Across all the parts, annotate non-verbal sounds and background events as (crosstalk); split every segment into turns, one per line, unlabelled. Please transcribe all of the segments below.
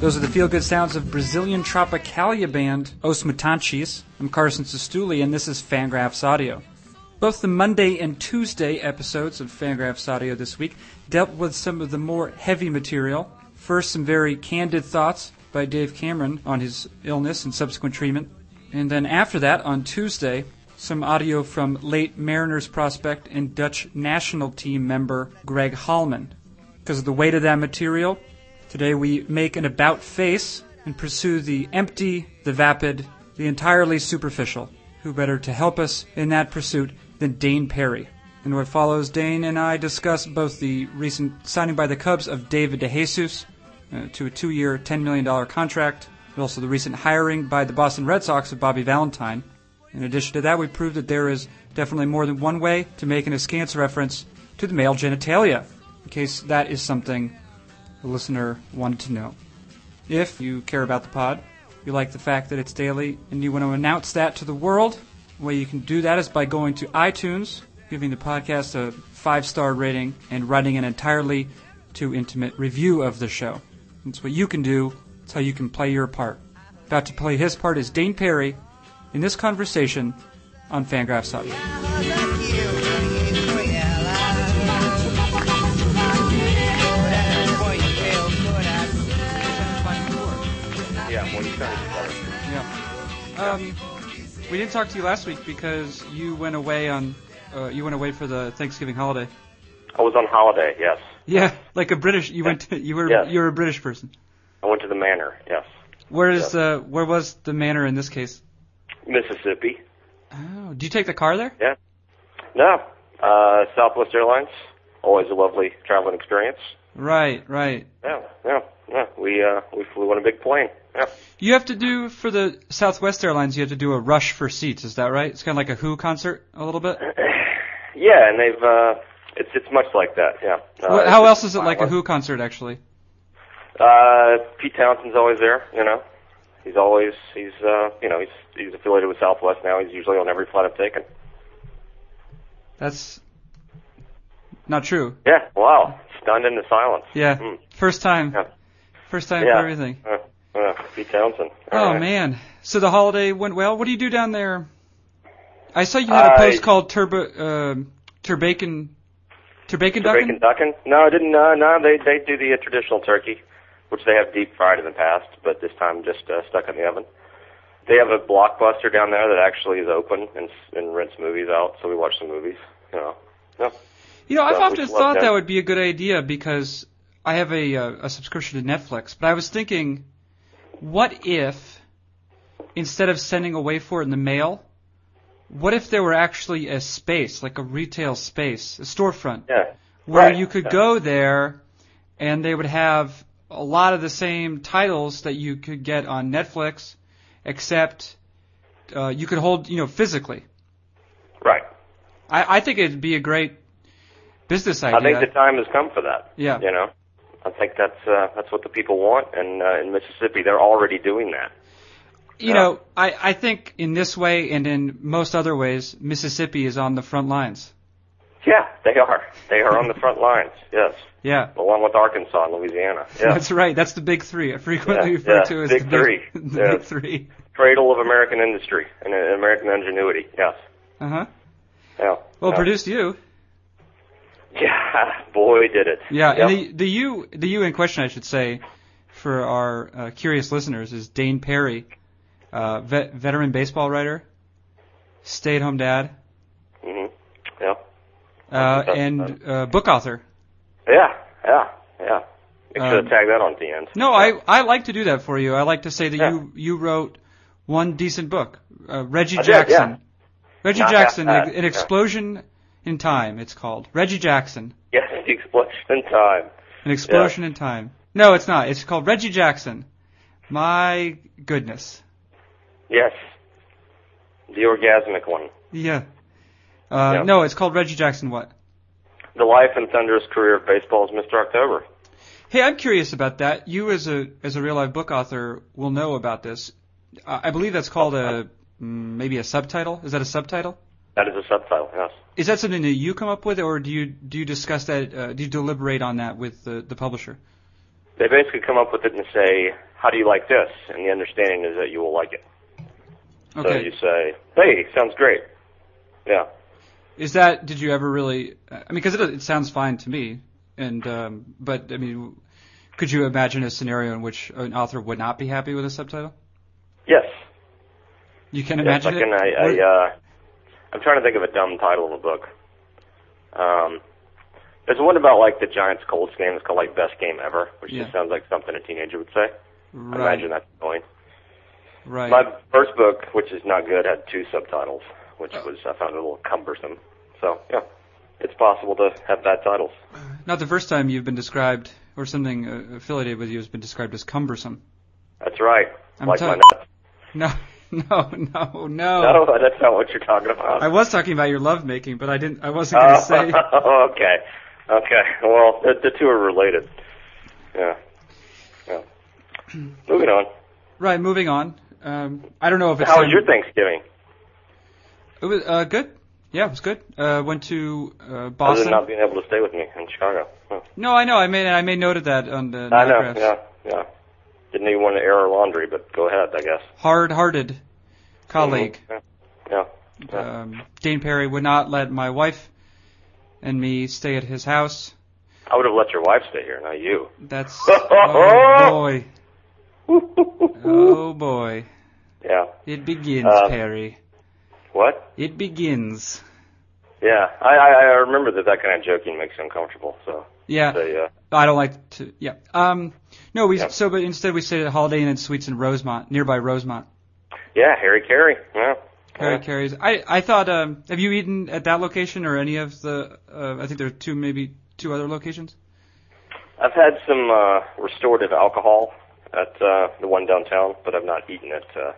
Those are the feel good sounds of Brazilian Tropicalia band Os Mutantes. I'm Carson Sestouli, and this is Fangraphs Audio. Both the Monday and Tuesday episodes of Fangraphs Audio this week dealt with some of the more heavy material. First, some very candid thoughts by Dave Cameron on his illness and subsequent treatment. And then after that, on Tuesday, some audio from late Mariners prospect and Dutch national team member Greg Hallman. Because of the weight of that material, today we make an about face and pursue the empty, the vapid, the entirely superficial. Who better to help us in that pursuit than Dane Perry? In what follows, Dane and I discuss both the recent signing by the Cubs of David DeJesus uh, to a two year, $10 million contract, and also the recent hiring by the Boston Red Sox of Bobby Valentine. In addition to that, we proved that there is definitely more than one way to make an askance reference to the male genitalia, in case that is something the listener wanted to know. If you care about the pod, you like the fact that it's daily, and you want to announce that to the world, the way you can do that is by going to iTunes, giving the podcast a five star rating, and writing an entirely too intimate review of the show. It's what you can do, it's how you can play your part. About to play his part is Dane Perry in this conversation on Fangraphs Audio.
Yeah, when you kind of
Yeah. Um, we didn't talk to you last week because you went away on uh, you went away for the Thanksgiving holiday.
I was on holiday. Yes,
Yeah, (laughs) like a British. You went. To, you were.
Yes.
You're a British person.
I went to the manor. Yes,
Where is the? Where was the manor in this case?
Mississippi.
Oh, do you take the car there?
Yeah. No, uh, Southwest Airlines. Always a lovely traveling experience.
Right, right.
Yeah, yeah, yeah. We uh, we flew on a big plane. Yeah.
You have to do for the Southwest Airlines. You have to do a rush for seats. Is that right? It's kind of like a Who concert, a little bit.
Yeah, and they've uh, it's it's much like that. Yeah. Uh,
Wha-
it's
How
just
else is it like a
fine.
Who concert, actually?
Uh, Pete Townsend's always there. You know, he's always he's uh, you know he's he's affiliated with Southwest now. He's usually on every flight I've taken.
That's not true.
Yeah. Wow. Stunned into silence.
Yeah.
Hmm.
First time.
Yeah.
First time
Yeah.
for everything.
Uh, uh, Pete Townsend. Uh, All
Oh
right.
man. So the holiday went well. What do you do down there? I saw you had a post
I-
called Turbo um Turbacon Turbacon
The
Duckin?
bacon ducking? No, I didn't. No, no, they they do the uh, traditional turkey, which they have deep fried in the past, but this time just uh, stuck in the oven. They have a blockbuster down there that actually is open and s- and rents movies out, so we watch some movies. You know, yeah,
You know, I've
Well,
often
we'd love
thought
that.
that would be a good idea because I have a uh, a subscription to Netflix, but I was thinking what if instead of sending away for it in the mail, what if there were actually a space, like a retail space, a storefront
yeah,
where
Right.
you could
Yeah.
go there and they would have a lot of the same titles that you could get on Netflix, except uh, you could hold, you know, physically.
right.
I, I think it'd be a great business idea.
I think the time has come for that.
Yeah.
you know, I think that's uh, that's what the people want, and uh, in Mississippi they're already doing that.
you know, I, I think in this way and in most other ways, Mississippi is on the front lines.
Yeah, they are. They are on the front lines. Yes,
Yeah.
along with Arkansas and
(laughs)
Louisiana. Yeah.
That's right. That's the big three. I frequently
Yeah,
refer
yeah,
to as the
big three.
big, (laughs) the
Yeah.
big three.
cradle of American industry and uh, American ingenuity. Yes.
Uh huh.
Yeah.
Well,
yeah.
produced you.
(laughs) Yeah, boy, did it.
Yeah,
Yep.
and the the you the you in question, I should say, for our uh, curious listeners, is Dane Perry, uh, vet, veteran baseball writer, stay-at-home dad,
Mhm. Yeah.
uh,
That's-
and uh, book author.
Yeah. Yeah. Yeah. Make sure
Um,
to tag that on at the end.
No,
Yeah.
I I like to do that for you. I like to say that
Yeah.
you you wrote one decent book, uh, Reggie
I did, yeah.
Jackson. Reggie
Not that
Jackson,
bad,
an,
yeah.
explosion in time. It's called Reggie Jackson,
(laughs) Yes, the explosion time.
an explosion in time. No, it's not. It's called Reggie Jackson. My goodness.
Yes. The orgasmic one.
Yeah. Uh,
Yeah.
No, it's called Reggie Jackson. What?
The life and thunderous career of baseball's Mr. October.
Hey, I'm curious about that. You, as a as a real life book author, will know about this. I I believe that's called a mm, maybe a subtitle. Is that a subtitle?
That is a subtitle. Yes.
Is that something that you come up with, or do you do you discuss that? Uh, do you deliberate on that with the the publisher?
They basically come up with it and say, how do you like this? And the understanding is that you will like it. So
Okay.
you say, hey, sounds great. Yeah.
Is that? Did you ever really? uh, I mean, because it, it sounds fine to me. And um, but I mean, could you imagine a scenario in which an author would not be happy with a subtitle?
Yes.
You can
yes, I
imagine
can.
it.
I, I,
What-
uh, I'm trying to think of a dumb title of a book. Um, there's one about like the Giants Colts game. It's called like Best Game Ever, which
Yeah.
just sounds like something a teenager would say. I
right.
imagine that's annoying.
Right.
My first book, which is not good, had two subtitles, which
Oh.
was I found a little cumbersome. So yeah, it's possible to have bad titles.
Not the first time you've been described, or something uh, affiliated with you has been described as cumbersome.
That's right.
I'm
like
telling-
my nuts.
No, (laughs) no, no, no. Oh.
(laughs) No, that's not what you're talking about.
I was talking about your lovemaking, but I didn't. I wasn't going to say.
Oh, (laughs) okay. Okay. Well, the, the two are related. Yeah.
(clears throat)
Yeah. Moving on.
Right. Moving on. Um, I don't know if it's.
How was
time-
your Thanksgiving?
It was uh, good. Yeah, it was good. Uh, went to uh,
Other
Boston.
than not being able to stay with me in Chicago. Huh.
No, I know. I made I made note of that on the
I know.
Nightgraphs.
Yeah. Yeah. Didn't even want to air our laundry, but go ahead, I guess.
Hard-hearted colleague
Mhm. Yeah. Mm-hmm. Yeah.
um, Dane Perry would not let my wife and me stay at his house.
I would have let your wife stay here, not you. (laughs)
That's oh boy, oh boy.
(laughs) yeah.
It begins,
Uh,
Perry.
What?
It begins.
Yeah. I, I I remember that that kind of joking makes you uncomfortable. So uh,
Yeah.
so yeah.
I don't like to. Yeah. Um. No, we
Yeah.
so but instead we stayed at Holiday Inn and Suites in Rosemont, nearby Rosemont.
Yeah. Harry Carey. Yeah.
Harry
Yeah.
Carey's. I I thought. Um. Have you eaten at that location or any of the? Uh, I think there are two, maybe two other locations.
I've had some uh, restorative alcohol at uh, the one downtown, but I've not eaten at uh,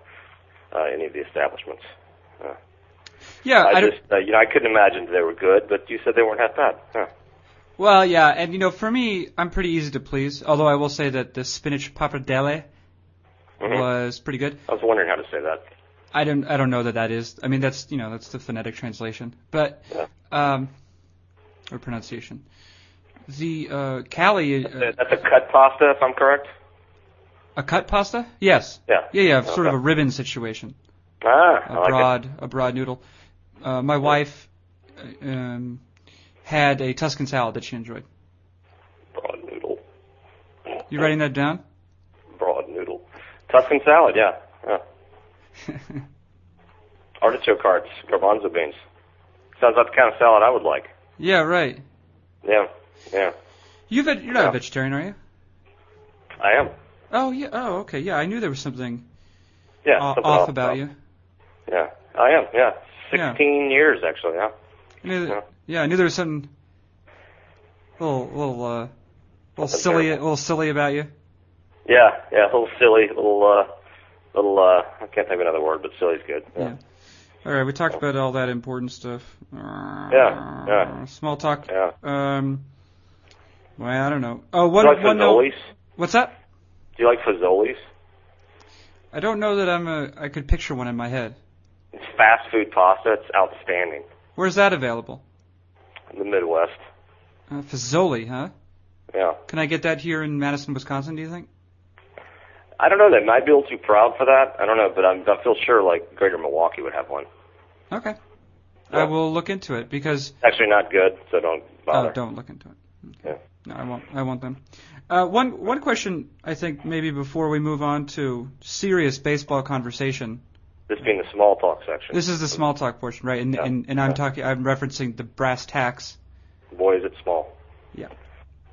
uh, any of the establishments. Uh,
Yeah.
I,
I, don't,
just, uh, you know, I couldn't imagine they were good, but you said they weren't half bad. Huh.
Well, yeah, and you know, for me, I'm pretty easy to please. Although I will say that the spinach pappardelle
Mhm.
was pretty good.
I was wondering how to say that.
I don't, I don't know that that is. I mean, that's you know, that's the phonetic translation, but
Yeah.
um, or pronunciation. The uh, Cali, uh,
That's a cut pasta, if I'm correct.
a cut pasta? Yes.
Yeah.
Yeah, yeah, sort of
Okay.
a ribbon situation,
Ah,
a
I like
broad, a broad noodle. Uh, my wife uh, um, had a Tuscan salad that she enjoyed.
it. Broad noodle.
You
Oh.
writing that down? (laughs)
Broad noodle. Tuscan salad, yeah. yeah. Artichoke hearts, garbanzo beans. Sounds like the kind of salad I would like.
yeah, right.
Yeah, yeah.
You veg- you're not
Yeah.
a vegetarian, are you?
I am.
Oh yeah. Oh okay. Yeah, I knew there was something
Yeah,
o-
something
off
else.
about you.
Yeah, I am. Yeah,
Yeah.
sixteen years actually. Yeah,
I knew
Yeah.
that, yeah, I knew there was something little little uh, little
Something
silly
terrible.
little silly about you.
yeah, yeah. A little silly, a little, uh, little. Uh, I can't think of another word, but silly's good.
Yeah. All right, we talked about all that important stuff. Yeah.
yeah.
Small talk.
yeah.
Um. Well, I don't know. Oh,
Do
one
you like
one note.
fazoli's?
What's that?
Do you like fazoli's?
I don't know that I'm a. I could picture one in my head.
It's fast food pasta. It's outstanding.
Where's that available?
In the Midwest.
Uh, Fazoli, huh?
Yeah.
Can I get that here in Madison, Wisconsin? Do you think?
I don't know. They might be a little too proud for that. I don't know, but I'm, I feel sure like Greater Milwaukee would have one.
Okay. I
Yeah.
will look into it because
It's actually not good, so don't bother.
Oh, don't look into it.
Yeah.
No, I won't. I won't then. Uh, one one question I think maybe before we move on to serious baseball conversation.
This being the small talk section.
This is the small talk portion, right? And
Yeah.
and, and I'm
Yeah.
talking. I'm referencing the brass tacks.
Boy, is it small.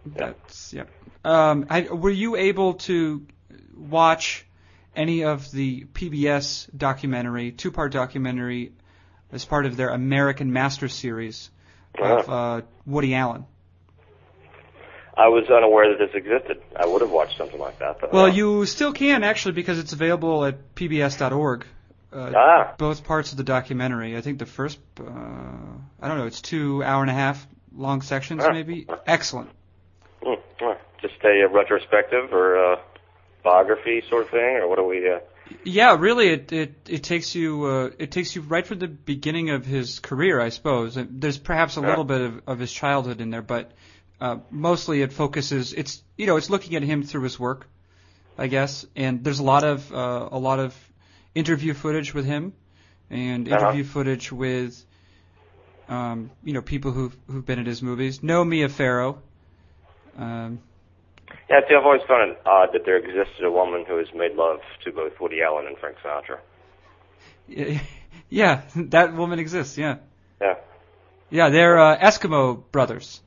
That's yeah. Um, I, were you able to watch any of the PBS documentary, two part documentary, as part of their American Master series
Yeah.
of uh, Woody Allen?
I was unaware that this existed. I would have watched something like that. But,
Well,
yeah.
you still can actually because it's available at pbs.org. Uh,
Ah.
Both parts of the documentary. I think the first, uh, I don't know, it's two hour and a half long sections,
Ah.
maybe. Excellent.
Mm, all right. Just a, uh retrospective or uh biography sort of thing, or what are we? Uh,
Yeah, really, it it, it takes you uh, it takes you right from the beginning of his career, I suppose. And There's perhaps a
Ah.
little bit of, of his childhood in there, but uh, mostly it focuses. It's you know, it's looking at him through his work. I guess. And there's a lot of uh, a lot of interview footage with him, and
Uh-huh.
interview footage with um, you know people who've who've been in his movies. No Mia Farrow. Um, (laughs)
Yeah, see, I've always found it odd that there existed a woman who has made love to both Woody Allen and Frank Sinatra.
yeah, that woman exists. Yeah,
Yeah.
yeah, they're uh, Eskimo brothers.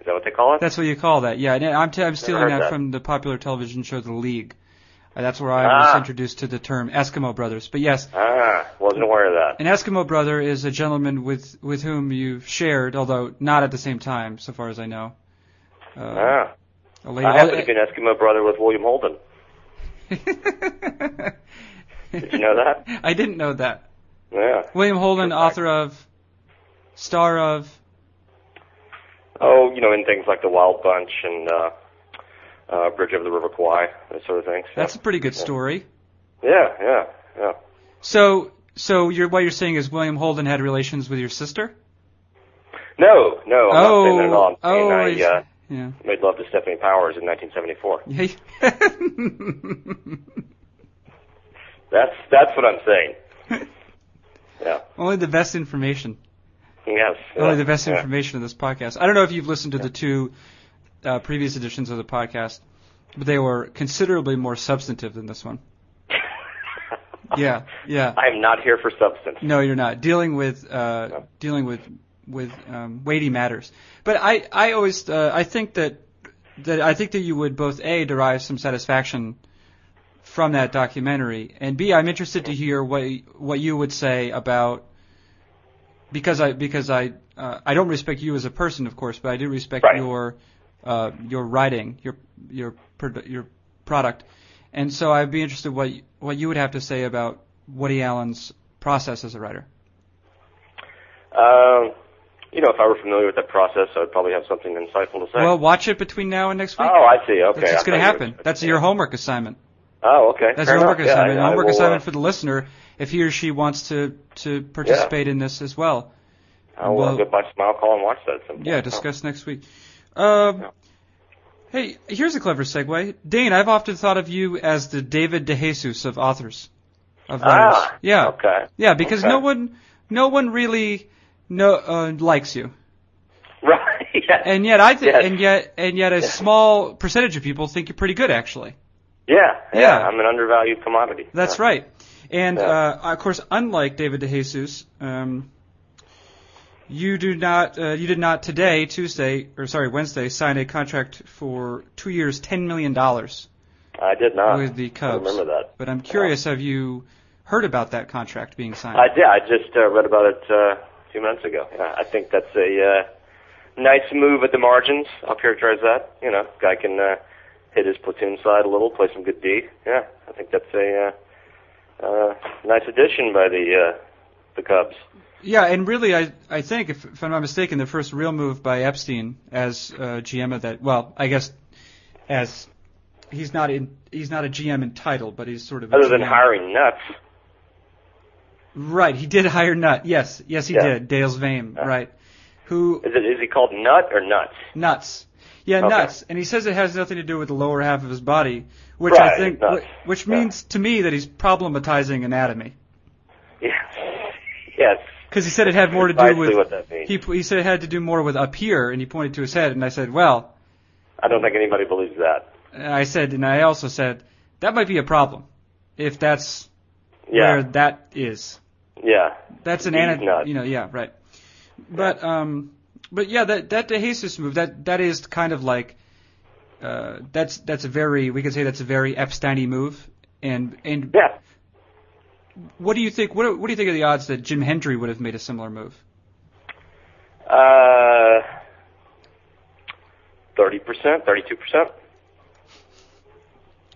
Is that what they call it?
That's what you call that. Yeah, and I'm, t- I'm stealing
heard
that,
that.
from the popular television show The League. Uh, that's where I was
Ah.
introduced to the term Eskimo brothers. But yes,
ah, wasn't aware of
(laughs)
that.
an Eskimo brother is a gentleman with with whom you've shared, although not at the same time, so far as I know. Uh,
Ah,
a lady.
I happen to be an Eskimo brother with William Holden.
(laughs)
Did you know that?
I didn't know that.
Yeah.
William Holden,
Good fact.
author of, star of,
Oh, you know, in things like The Wild Bunch and uh, uh, Bridge over the River Kwai, that sort of thing. So-
that's a pretty good story.
yeah, yeah, yeah.
So, so you're, what you're saying is William Holden had relations with your sister?
No, no, I'm not saying that at all.
oh,
I'm saying
oh,
I uh,
yeah.
made love to Stephanie Powers in 1974.
Yeah.
That's that's what I'm saying. Yeah.
(laughs) Only the best information.
Yes.
Only
yeah,
the best
yeah. (laughs)
information of this podcast. I don't know if you've listened to the two uh, previous editions of the podcast, but they were considerably more substantive than this one.
(laughs)
Yeah, yeah.
I am not here for substance.
No, you're not dealing with uh, dealing with with um, weighty matters. But I I always uh, I think that that I think that you would both a derive some satisfaction from that documentary, and b I'm interested to hear what what you would say about because I because I uh, I don't respect you as a person, of course, but I do respect
Right.
your uh, your writing, your your produ- your product, and so I'd be interested what you- what you would have to say about Woody Allen's process as a writer.
Um, you know, if I were familiar with that process, I'd probably have something insightful to say.
Well, watch it between now and next week.
oh, I see. Okay.
That's what's going to
I thought you were-
happen. That's your homework assignment.
(laughs) Oh, okay.
That's
Fair
your homework
enough. Yeah,
assignment.
I, I
homework
will,
assignment
uh,
for the listener if he or she wants to to participate in this as well.
I'll
well-
uh, go by Smile Call and watch that. at some point.
Yeah, discuss next week. Um, Hey, here's a clever segue. Dane, I've often thought of you as the David DeJesus of authors, of writers.
(laughs) Ah,
yeah,
Okay. (laughs)
yeah, because
okay.
no one, no one really no uh, likes you,
Right. Yeah.
and yet I think,
Yes.
and yet, and yet a small percentage of people think you're pretty good, actually.
yeah, yeah.
Yeah.
I'm an undervalued commodity.
That's
Yeah.
right. And
Yeah.
uh, of course, unlike David DeJesus, um, you do not uh, you did not today, Tuesday or sorry Wednesday, sign a contract for two years, ten million dollars
I did not.
with the
Ah, I
Cubs.
remember that.
But I'm curious, have you heard about that contract being signed?
I did. I just uh, read about it uh, a few minutes ago. Yeah, I think that's a uh, nice move at the margins. I'll characterize that. You know, guy can uh, hit his platoon side a little, play some good D. Yeah, I think that's a uh, uh, nice addition by the uh, the Cubs.
yeah, and really, I I think if, if I'm not mistaken, the first real move by Epstein as uh, GM of that. Well, I guess as he's not in he's not a GM in title, but he's sort of a
Other than
GM.
hiring nuts.
Right, he did hire Nut. Yes, yes, he
Yeah.
did. Dale's Vame, right? Who
Is it is he called Nut or Nuts? (laughs)
nuts? Yeah,
Okay.
nuts. And he says it has nothing to do with the lower half of his body, which I
Right,
think,
nuts.
wh- which
Yeah.
means to me that he's problematizing anatomy
Yes. Yes.
because he said it had more to do
Precisely
with.
what that means.
He he said it had to do more with up here, and he pointed to his head, and I said, well,
I don't think anybody believes that.
and I said, and I also said that might be a problem if that's where
Yeah.
that is.
Yeah.
That's an
He's
anecdote,
not.
you know, yeah, right. But um, but yeah, that that DeJesus move, that that is kind of like, uh, that's that's a very we could say that's a very Epsteiny move. And and
Yeah.
what do you think? What do- what do you think of the odds that Jim Hendry would have made a similar move?
Uh, 30%, 32%.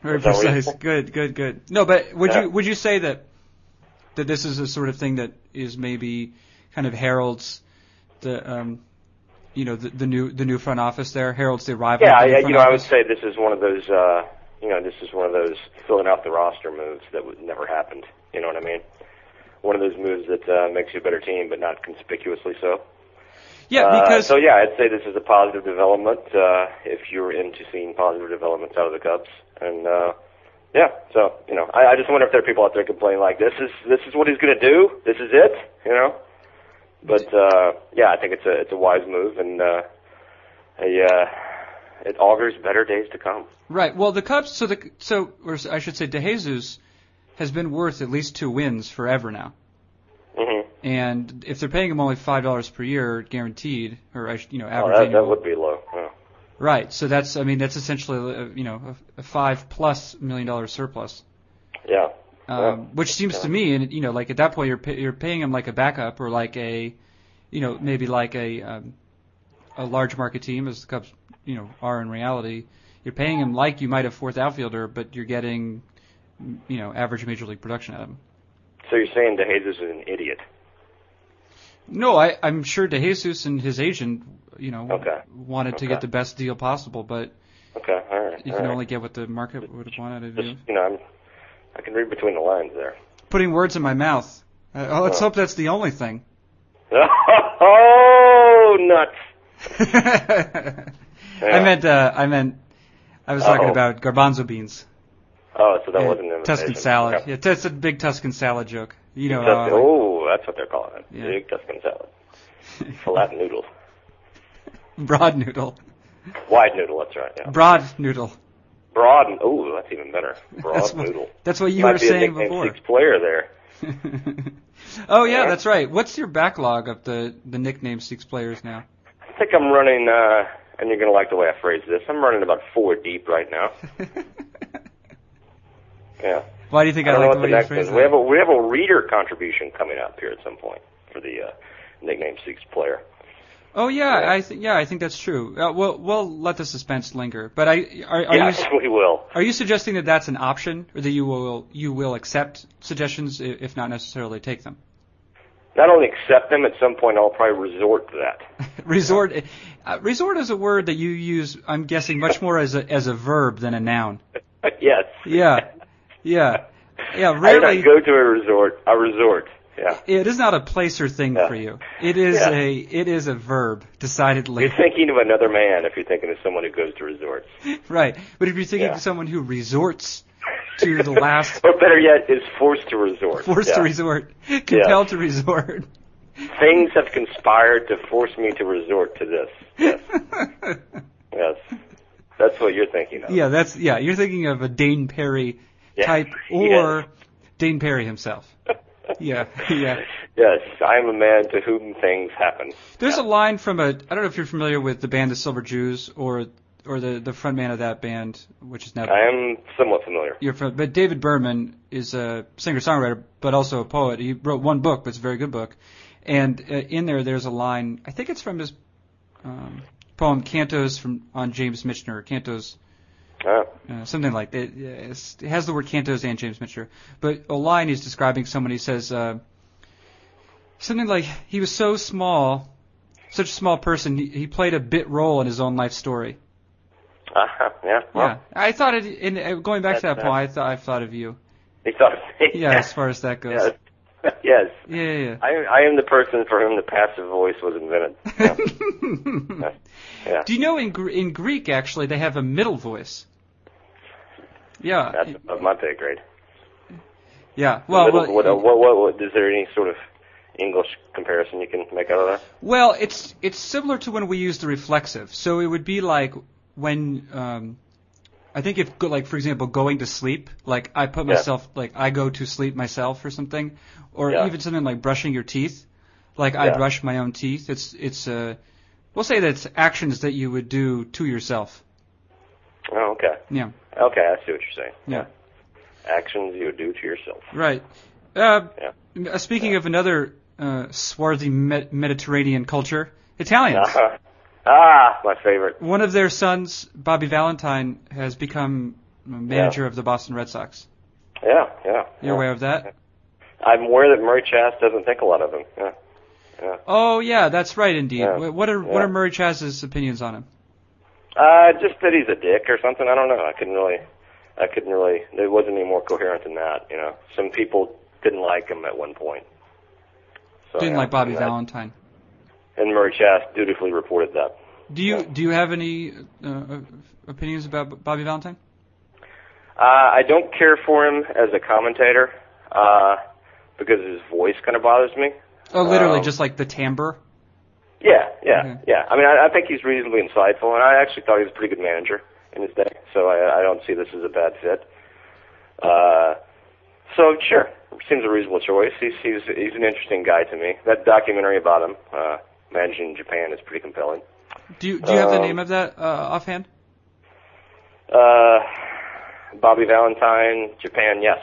Very
Is that what you
precise.
think?
Good, good, good. No, but would
Yeah.
you would you say that that this is a sort of thing that is maybe kind of heralds the um, you know, the, the new the new front office there heralds the arrival. of
Yeah,
the new
I, you
front
know, I would
office?
say this is one of those, uh, you know, this is one of those filling out the roster moves that would never happened. You know what I mean? One of those moves that uh, makes you a better team, but not conspicuously so.
Yeah, because
uh, so yeah, I'd say this is a positive development uh, if you're into seeing positive developments out of the Cubs, and uh, yeah, so you know, I, I just wonder if there are people out there complaining like this is this is what he's going to do, this is it, you know. But uh, yeah, I think it's a it's a wise move, and uh, a, uh, it augurs better days to come.
right. Well, the Cubs. So the so or I should say, DeJesus has been worth at least two wins forever now.
Mm-hmm.
And if they're paying him only five dollars per year, guaranteed, or I should, you know,
Oh,
average
that,
annual.
that would be low. Yeah.
Right. So that's, I mean, that's essentially, uh, you know, a, a five plus million dollar surplus,
yeah.
um,
Yeah.
which seems to me, and you know, like at that point, you're pay, you're paying him like a backup or like a, you know, maybe like a um, a large market team as the Cubs, you know, are in reality. You're paying him like you might a fourth outfielder, but you're getting, you know, average major league production out of him.
So you're saying DeJesus is an idiot?
No, I, I'm sure DeJesus and his agent, you know,
Okay.
wanted to
Okay.
get the best deal possible, but
Okay, all right.
you
all
can
right.
only get what the market would want out of you.
Just you know, I'm, I can read between the lines there.
Putting words in my mouth. Uh, oh, let's
Oh.
hope that's the only thing.
(laughs) oh, nuts!
I meant, uh, I meant, I was talking
Oh.
about garbanzo beans.
Oh, so that
Yeah,
wasn't an invitation.
Tuscan salad.
Okay.
Yeah, that's a big Tuscan salad joke. You know,
Tuscan,
(laughs) uh, like
oh, that's what they're calling it.
Yeah.
Big Tuscan salad. Flat noodle.
broad noodle,
Wide noodle, that's right. Yeah.
broad noodle.
Broad, and- ooh, that's even better.
(laughs)
Broad
that's
noodle.
What, that's what you
Might
were
be a
saying
nickname
before.
six player there.
(laughs) oh yeah,
Yeah.
that's right. What's your backlog of the the nickname six players now? (laughs)
I think I'm running, uh, and you're going to like the way I phrase this, I'm running about four deep right
(laughs)
now. Yeah.
Why do you think I,
I don't know
like
what
the
the
way you
next
phrase
is. We
that?
have a we have a reader contribution coming up here at some point for the uh, nickname six player.
Oh yeah,
Yeah.
I think yeah, I think that's true. Uh, we'll we'll let the suspense linger. But I are, are
yes,
you
we will.
are you suggesting that that's an option, or that you will you will accept suggestions i- if not necessarily take them? (laughs)
Not only accept them, at some point I'll probably resort to that.
resort uh, resort is a word that you use. I'm guessing much more as a as a verb than a noun.
Uh, yes.
Yeah, yeah, yeah.
(laughs) I
Rarely.
do not go to a resort. A resort. Yeah.
It is not a place or thing
Yeah.
for you. It is
Yeah.
a it is a verb, decidedly.
You're thinking of another man if you're thinking of someone who goes to resorts.
(laughs) right. But if you're thinking
Yeah.
of someone who resorts to
(laughs)
the last
or better yet, is forced to resort.
forced
Yeah.
to resort, compelled to resort. (laughs)
Things have conspired to force me to resort to this. Yes. yes. That's what you're thinking of.
yeah, that's yeah, you're thinking of a Dane Perry
Oh. Yeah.
type
(laughs) Yes.
or Dane Perry himself. Yeah, yeah.
(laughs) Yes, I am a man to whom things happen.
There's a line from a I don't know if you're familiar with the band the Silver Jews or or the the frontman of that band, which is now
I am somewhat familiar.
you're from, but David Berman is a singer-songwriter, but also a poet. He wrote one book, but it's a very good book. And uh, in there, there's a line. I think it's from his um, poem "Cantos" from on James Michener. Cantos,
Oh,
uh, something like that. Yeah, it's- It has the word Cantos and James Michener. But a line he's describing someone. He says uh, something like, "He was so small, such a small person. He, he played a bit role in his own life story."
uh-huh, yeah. Well,
yeah, I thought it. In, uh, going back to
That's
that poem, I thought I thought of you.
He thought of me.
Yeah, as far as that goes.
(laughs) yes. (laughs) yes.
Yeah, yeah.
I, I am the person for whom the passive voice was invented.
yeah.
Yeah. yeah.
(laughs) Do you know in Gr- in Greek actually they have a middle voice? Yeah,
That's of my pay grade.
yeah. Well,
Little-
well,
what, what, what, what, is there any sort of English comparison you can make out of that?
well, it's it's similar to when we use the reflexive. So it would be like when um, I think if go- like for example going to sleep, like I put
Yeah.
myself like I go to sleep myself or something, or
Yeah.
even something like brushing your teeth, like I
Yeah.
brush my own teeth. It's it's uh, we'll say that it's actions that you would do to yourself.
Oh, okay.
Yeah.
Okay, I see what you're saying.
Yeah.
Actions you do to yourself.
Right. Uh,
Yeah.
m- uh, Speaking of another uh, swarthy me- Mediterranean culture, Italians.
Uh-huh. (laughs) Ah, my favorite.
One of their sons, Bobby Valentine, has become manager of the Boston Red Sox.
Yeah, yeah.
You're
yeah.
aware of that?
I'm aware that Murray Chast doesn't think a lot of them. Yeah. Yeah.
Oh yeah, that's right indeed.
Yeah.
Wh- What are what
Yeah.
are Murray Chaz's opinions on him?
Uh, just that he's a dick or something. I don't know. I couldn't really, I couldn't really. It wasn't any more coherent than that. You know, some people didn't like him at one point. So,
Didn't
Oh, yeah,
like Bobby
and that-
Valentine.
And Murray Chast dutifully reported that.
Do you do you have any uh, opinions about Bobby Valentine?
Uh, I don't care for him as a commentator uh, because his voice kind of bothers me.
Oh, literally,
Um,
just like the timbre.
Yeah, yeah,
Okay.
yeah. I mean, I, I think he's reasonably insightful, and I actually thought he was a pretty good manager in his day. So I, I don't see this as a bad fit. Uh, so sure, seems a reasonable choice. He's he's he's an interesting guy to me. That documentary about him uh, managing Japan is pretty compelling.
Do you do you have the
um,
name of that uh, offhand? (laughs)
Uh, Bobby Valentine, Japan, yes.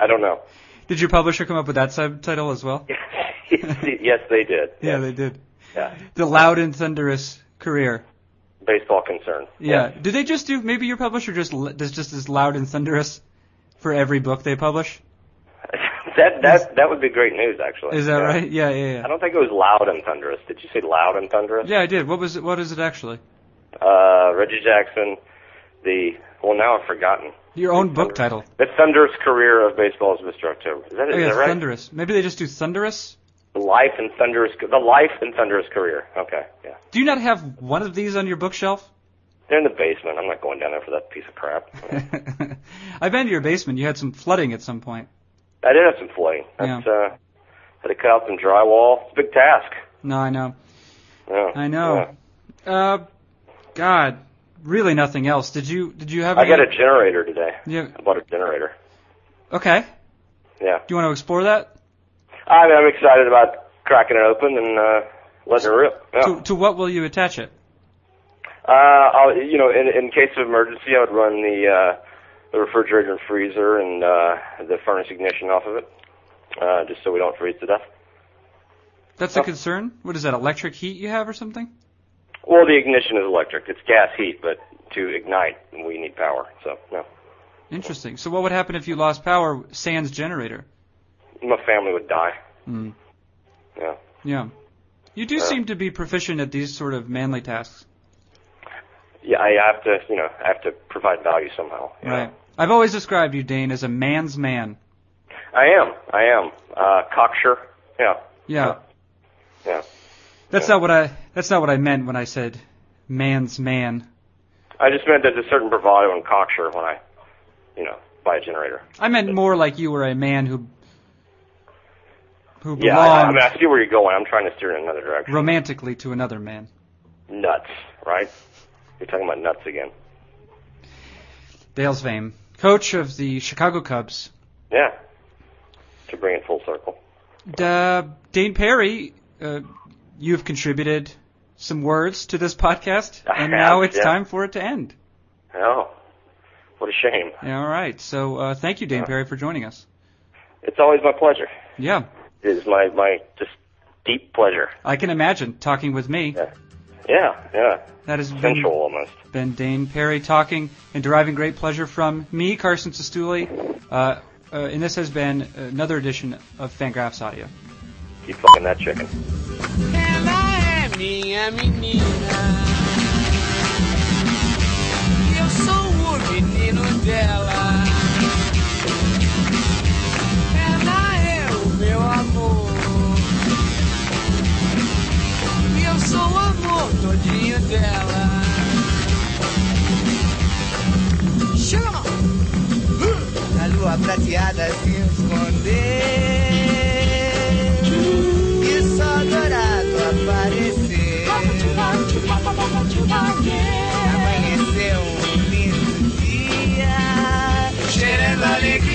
I don't know. (laughs)
Did your publisher come up with that subtitle as well?
yes, they did.
Yeah, they did.
Yeah.
The loud and thunderous career.
Baseball concern.
Yeah. Do they just do? Maybe your publisher just l- does just as loud and thunderous for every book they publish.
(laughs) that that that would be great news, actually.
Is that
Yeah.
right? Yeah, yeah,
I
yeah.
don't think it was loud and thunderous. Did you say loud and thunderous?
Yeah, I did. What was it? What is it actually?
Uh, Reggie Jackson, the well now I've forgotten.
Your own book title.
The thunderous career of baseball's Mr. October. Is that, is
Oh, yeah,
that right?
thunderous. Maybe they just do thunderous.
The life and thunderous the life and thunderous career. Okay, yeah.
Do you not have one of these on your bookshelf? (laughs)
They're in the basement. I'm not going down there for that piece of crap.
I've been to your basement. You had some flooding at some point.
I did have some flooding. That's uh had to cut out some drywall. It's a big task.
No, I know.
Yeah.
I know. Uh, God, really nothing else. Did you did you have?
yeah. I
any,
got a generator today.
Yeah.
I bought a generator.
Okay. Do
Yeah.
you want to explore that?
I mean, I'm excited about cracking it open and uh, letting it rip. Yeah.
To to what will you attach it?
Uh, I'll, you know, in, in case of emergency, I would run the uh, the refrigerator and freezer and uh, the furnace ignition off of it, uh, just so we don't freeze to death.
That's a
Oh.
concern. What is that? Electric heat you have or something?
Well, the ignition is electric; it's gas heat, but to ignite, we need power. So, no,
Interesting. So what would happen if you lost power? Sans generator.
my family would die.
Hmm.
Yeah.
Yeah. You do seem to be proficient at these sort of manly tasks,
Yeah, I have to, you know, I have to provide value somehow. you know.
right? I've always described you, Dane, as a man's man.
I am. I am. Uh, cocksure. Yeah.
Yeah.
Yeah.
That's not what I. That's not what I meant when I said man's man.
I just meant there's a certain bravado and cocksure when I, you know, buy a generator.
I meant more like you were a man who who belonged
Yeah, I, I mean, I see where you're going. I'm trying to steer in another direction.
romantically to another man.
nuts, right? You're talking about nuts again.
Dale's Vame, coach of the Chicago Cubs.
Yeah. To bring it full circle.
Uh, Dane Perry, uh, you've contributed some words to this podcast,
I
and
have,
now it's
yeah.
time for it to end.
Oh, what a shame.
All right. So uh, thank you, Dane Perry, for joining us.
It's always my pleasure.
Yeah,
It is my, my just deep pleasure.
I can imagine talking with me.
Yeah. Yeah, yeah.
That has been,
Sensual almost.
been Dane Perry talking and deriving great pleasure from me, Carson Sestouli. Uh, uh, and this has been another edition of Fangraphs Audio.
Keep fucking that chicken.
Can I have Nina, me Nina? Eu sou o menino dela. Ela é o meu amor. Eu sou o amor todinho dela. Chama! Uh! A lua prateada se esconder e só dourado aparecer. Amanheceu um lindo dia, cheirando alegria. é é